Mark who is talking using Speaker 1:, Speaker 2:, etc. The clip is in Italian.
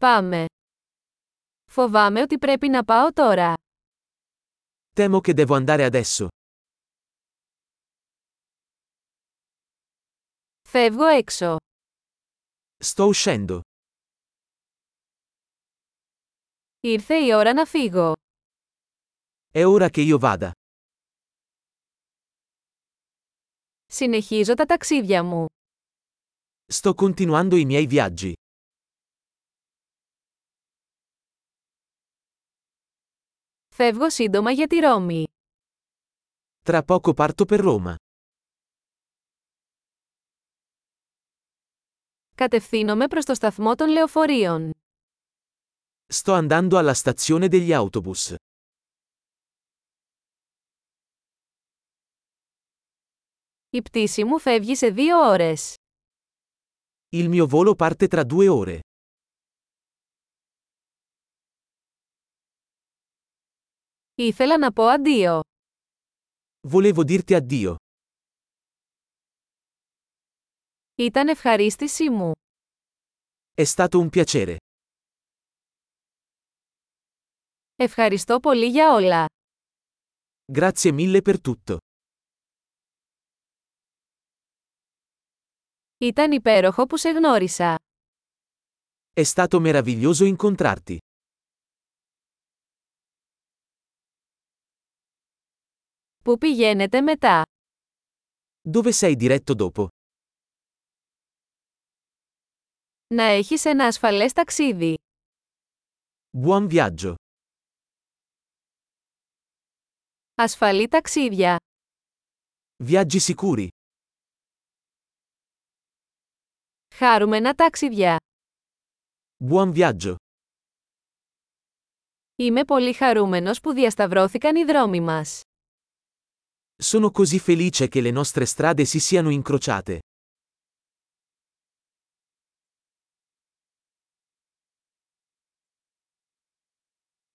Speaker 1: Πάμε. Φοβάμαι ότι πρέπει να πάω τώρα.
Speaker 2: Temo che devo andare adesso.
Speaker 1: Φεύγω έξω.
Speaker 2: Sto uscendo.
Speaker 1: Ήρθε η ώρα να φύγω.
Speaker 2: È ora che io vada.
Speaker 1: Συνεχίζω τα ταξίδια μου.
Speaker 2: Sto continuando i miei viaggi.
Speaker 1: Φεύγω σύντομα για τη Ρώμη.
Speaker 2: Tra poco parto per Roma.
Speaker 1: Κατευθύνομαι προς το σταθμό των λεωφορείων.
Speaker 2: Sto andando alla stazione degli autobus.
Speaker 1: Η πτήση μου φεύγει σε δύο ώρες.
Speaker 2: Il mio volo parte tra due ore.
Speaker 1: Ήθελα να πω αντίο.
Speaker 2: Volevo dirti addio.
Speaker 1: Ήταν ευχαρίστησή μου.
Speaker 2: È stato un piacere.
Speaker 1: Ευχαριστώ πολύ για όλα.
Speaker 2: Grazie mille per tutto.
Speaker 1: Ήταν υπέροχο που σε γνώρισα.
Speaker 2: È stato meraviglioso incontrarti.
Speaker 1: Πού πηγαίνετε μετά.
Speaker 2: Dove sei diretto dopo?
Speaker 1: Να έχεις ένα ασφαλές ταξίδι.
Speaker 2: Buon viaggio.
Speaker 1: Ασφαλή ταξίδια.
Speaker 2: Viaggi sicuri.
Speaker 1: Χάρουμενα ταξίδια.
Speaker 2: Buon viaggio.
Speaker 1: Είμαι πολύ χαρούμενος που διασταυρώθηκαν οι δρόμοι μας.
Speaker 2: Sono così felice che le nostre strade si siano incrociate.